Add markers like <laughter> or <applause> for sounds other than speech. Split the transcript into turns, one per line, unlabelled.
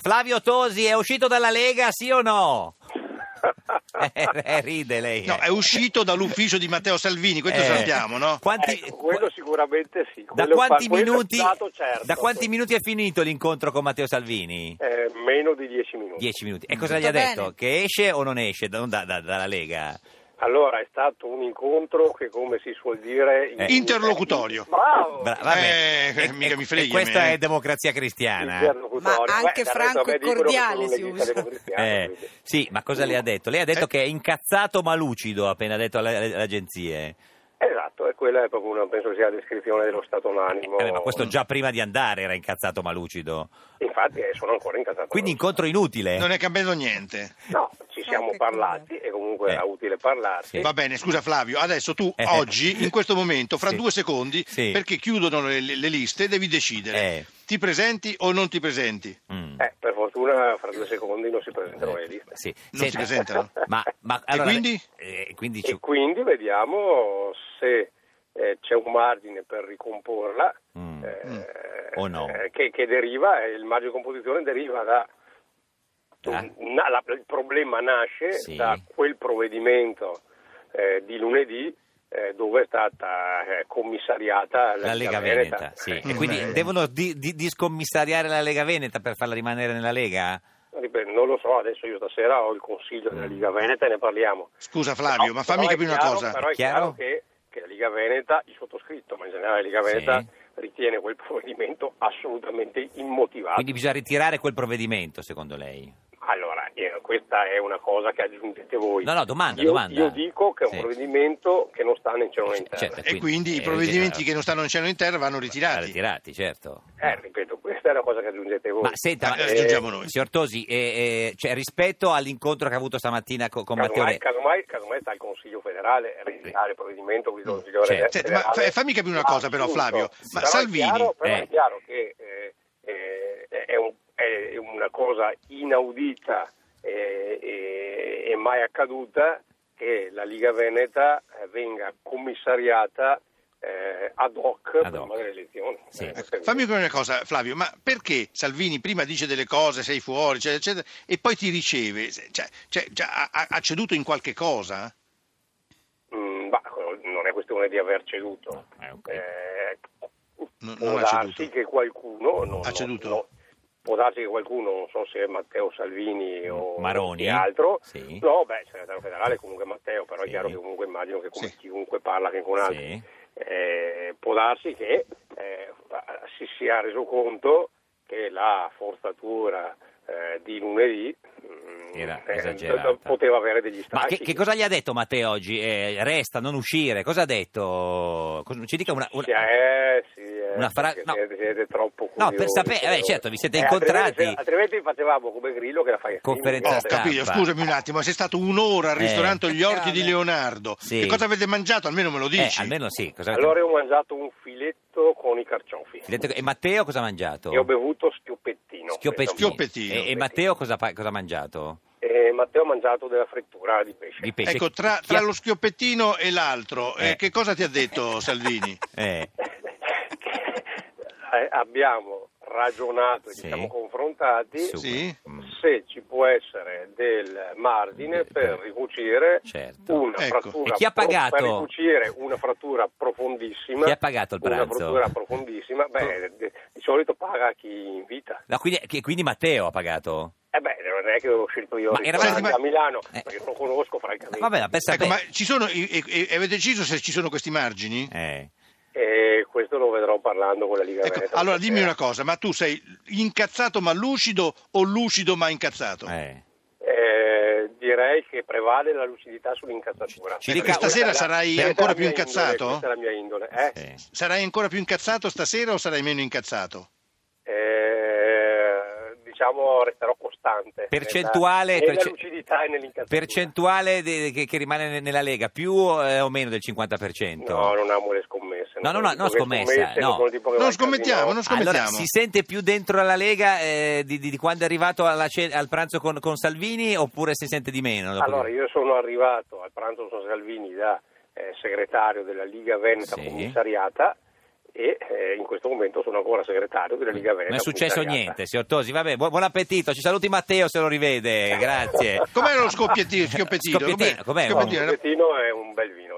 Flavio Tosi è uscito dalla Lega, sì o
<laughs>
no? Eh, eh, ride lei. eh.
No, è uscito dall'ufficio di Matteo Salvini, questo
Eh.
sappiamo, no?
Quanti-
Ecco, quello sicuramente sì.
da,
quello fa-
quanti
quello è
minuti,
stato certo.
da quanti minuti è finito l'incontro con Matteo Salvini?
Eh, meno di 10 minuti.
Dieci minuti. E cosa gli
Tutto
ha detto?
bene.
Che esce o non esce da- da- da- dalla Lega?
Allora, è stato un incontro che, come si suol dire... in-
Interlocutorio.
Bravo!
Eh. Bra- vabbè.
Eh,
E-
mica
e-
mi
e
freghi a
questa
me, eh.
è democrazia cristiana.
Interlocutorio.
Ma anche
del resto
franco
a me
e
dicono che
cordiale
sono
si
un
usa.
italo-cristiano,
Eh,
quindi.
sì, ma cosa le ha detto? Lei ha detto
Eh.
che è incazzato ma lucido, ha appena detto alle, alle agenzie.
Esatto, e quella è proprio una, penso sia la descrizione dello stato
Eh,
d'animo.
vabbè, ma questo già prima di andare era incazzato ma lucido.
Infatti eh, sono ancora incasato.
Quindi incontro inutile.
Non è cambiato niente.
No, ci siamo
Ah, che
parlati e comunque
Eh.
era utile parlarsi.
Sì.
Va bene, scusa Flavio, adesso tu
Eh.
oggi, in questo momento, fra
Sì.
due secondi,
Sì.
perché chiudono le, le liste, devi decidere.
Eh.
Ti presenti o non ti presenti?
Mm.
Eh, per fortuna fra due secondi non si presentano
Eh.
le liste.
Sì.
Non si
Senta,
presentano?
Ma, ma allora-
quindi?
eh, quindi ci-
E quindi vediamo se eh, c'è un margine per ricomporla
Mm.
eh,
O no.
eh, che, che deriva, eh, il margine di composizione deriva da
Da?
na- la- il problema nasce
Eh? Sì.
da quel provvedimento eh, di lunedì eh, dove è stata eh, commissariata la,
La Lega
Veneta.
Veneta, sì.
Eh,
E quindi
Mm.
devono di- di- discommissariare la Lega Veneta per farla rimanere nella Lega?
ripeto, non lo so, adesso io stasera ho il consiglio
Mm.
della Liga Veneta e ne parliamo.
Scusa Flavio,
No,
ma fammi
però è
capire una
chiaro-
cosa.
Però è
Chiaro?
chiaro, che, che la Liga Veneta, il sottoscritto, ma in generale la Liga
Sì.
Veneta, ritiene quel provvedimento assolutamente immotivato.
Quindi bisogna ritirare quel provvedimento, secondo lei?
Allora, eh, questa è una cosa che aggiungete voi.
No, no, domanda,
io,
domanda.
Io dico che è un
Sì.
provvedimento che non sta né in cielo né in terra.
Certo.
E
Quindi,
quindi
eh,
i provvedimenti
ritirati.
che non stanno in cielo in terra vanno
Ah,
ritirati.
ritirati, certo.
Eh, ripeto, questa è una cosa che aggiungete voi.
Ma senta, ma,
Eh,
eh,
aggiungiamo noi.
signor Tosi, eh, eh, cioè, rispetto all'incontro che ha avuto stamattina co- con Matteo
Casomai,
Renzi,
casomai, casomai sta il Consiglio federale, ritirare il provvedimento, quindi il Consiglio
Certo.
Senti,
federale.
Cioè, ma fa- fammi capire una cosa però,
Assunto.
Flavio. Ma
Però
Salvini-
È chiaro, però
Eh.
è chiaro che eh, eh, è, un- è una cosa inaudita eh, e, e mai accaduta che la Liga Veneta eh, venga commissariata eh, ad hoc
Ad
prima
hoc.
delle elezioni.
Sì.
Eh,
Ecco, Fammi capire una cosa, Flavio, ma perché Salvini prima dice delle cose, sei fuori, eccetera, eccetera, e poi ti riceve? Cioè, cioè, cioè, ha, ha- ha ceduto in qualche cosa?
Mm, ma non è questione di aver ceduto.
Ah, ok.
Eh,
No,
può
non ha
darsi
ceduto.
che qualcuno... no,
Ha
no,
ceduto?
no. può darsi che qualcuno, non so se è Matteo Salvini o
Mm, Maroni,
chi altro.
sì.
No, beh, il segretario federale è comunque Matteo, però
Sì.
è chiaro che comunque immagino che come
Sì.
chiunque parla che con altri.
Sì.
Eh, può darsi che eh, si sia reso conto che la forzatura eh, di lunedì mm,
Era
eh,
esagerata.
poteva avere degli strascichi
Ma che, che cosa gli ha detto Matteo oggi? Eh, resta, non uscire. Cosa ha detto? Cos- Ci dica una, una-
Sì, eh, sì, eh,
una fra-
perché
no.
siete, siete troppo
No,
curiosi.
per sapere- eh, certo, vi siete
Eh,
incontrati.
Altrimenti, altrimenti facevamo come Grillo che la fai Eh,
Conferenza
Ho
Sta stampa.
capito, scusami un attimo, ma sei stato un'ora al
Eh.
ristorante Gli Orti di
Cavolo.
Leonardo.
Sì.
Che cosa avete mangiato? Almeno me lo
Eh,
dici.
almeno sì. Cosa avete-
Allora io ho mangiato un filetto con i carciofi.
Ti ho detto che- E Matteo cosa ha mangiato?
E ho bevuto schioppettino.
Schioppettino.
Schioppettino.
E, e Matteo cosa, fa- cosa ha mangiato?
E Matteo ha mangiato della frittura di pesce. <laughs>
Di pesce.
Ecco, tra,
Chi
tra
ha-
lo schioppettino e l'altro, eh,
Eh.
che cosa ti ha detto Salvini?
Eh,
Eh, Abbiamo ragionato e
Sì.
ci siamo confrontati
super.
Sì?
Mm. Eh,
se ci può essere del margine per ricucire
Certo.
una
Ecco.
frattura
E chi ha
pro-
pagato?
per ricucire una frattura profondissima
Chi ha pagato il
una
pranzo?
frattura profondissima beh de- di solito paga chi invita
No, quindi, che- quindi Matteo ha pagato?
eh beh non è che ho scelto io
Ma
il
eravate-
ristorante
ma-
a Milano
Eh.
perché non conosco francamente
Vabbè, ma per
Ecco,
sapere...
ma ci sono, e, e- e avete deciso se ci sono questi margini?
Eh.
e questo lo vedrò parlando con la Liga
Ecco,
Veneta
allora dimmi
stasera.
una cosa, ma tu sei incazzato ma lucido o lucido ma incazzato?
eh.
Eh, direi che prevale la lucidità sull'incazzatura.
Ci dica-
Stasera sarai
questa è
ancora
la
più
mia indole,
incazzato?
questa è la mia indole. eh.
Sì.
Sarai ancora più incazzato stasera o sarai meno incazzato?
Eh, diciamo resterò costante.
Percentuale,
nella, nella
perce-
lucidità e nell'incazzatura.
Percentuale de- che, che rimane ne- nella Lega, più eh, o meno del 50%?
No, non amo le scommesse.
No, no,
non
no,
dico
no,
che
scommessa,
scommesse,
no.
non dico che vai
Non
al
scommettiamo,
casino.
non scommettiamo.
Allora, si sente più dentro alla Lega eh, di, di- di quando è arrivato alla ce- al pranzo con, con Salvini oppure si sente di meno? dopo
Allora,
che-
io sono arrivato al pranzo con Salvini da eh, segretario della Liga Veneta
Sì.
commissariata e eh, in questo momento sono ancora segretario della Liga Veneta.
Non è successo
Comunitariata.
niente, signor Tosi. Vabbè, buon, buon appetito. Ci saluti Matteo se lo <laughs> rivede. Grazie. <laughs>
Com'era lo scoppiettino? Scoppiettino,
Scoppiettino, com'è?
Il
Scoppiettino era-
Cupettino è un bel vino.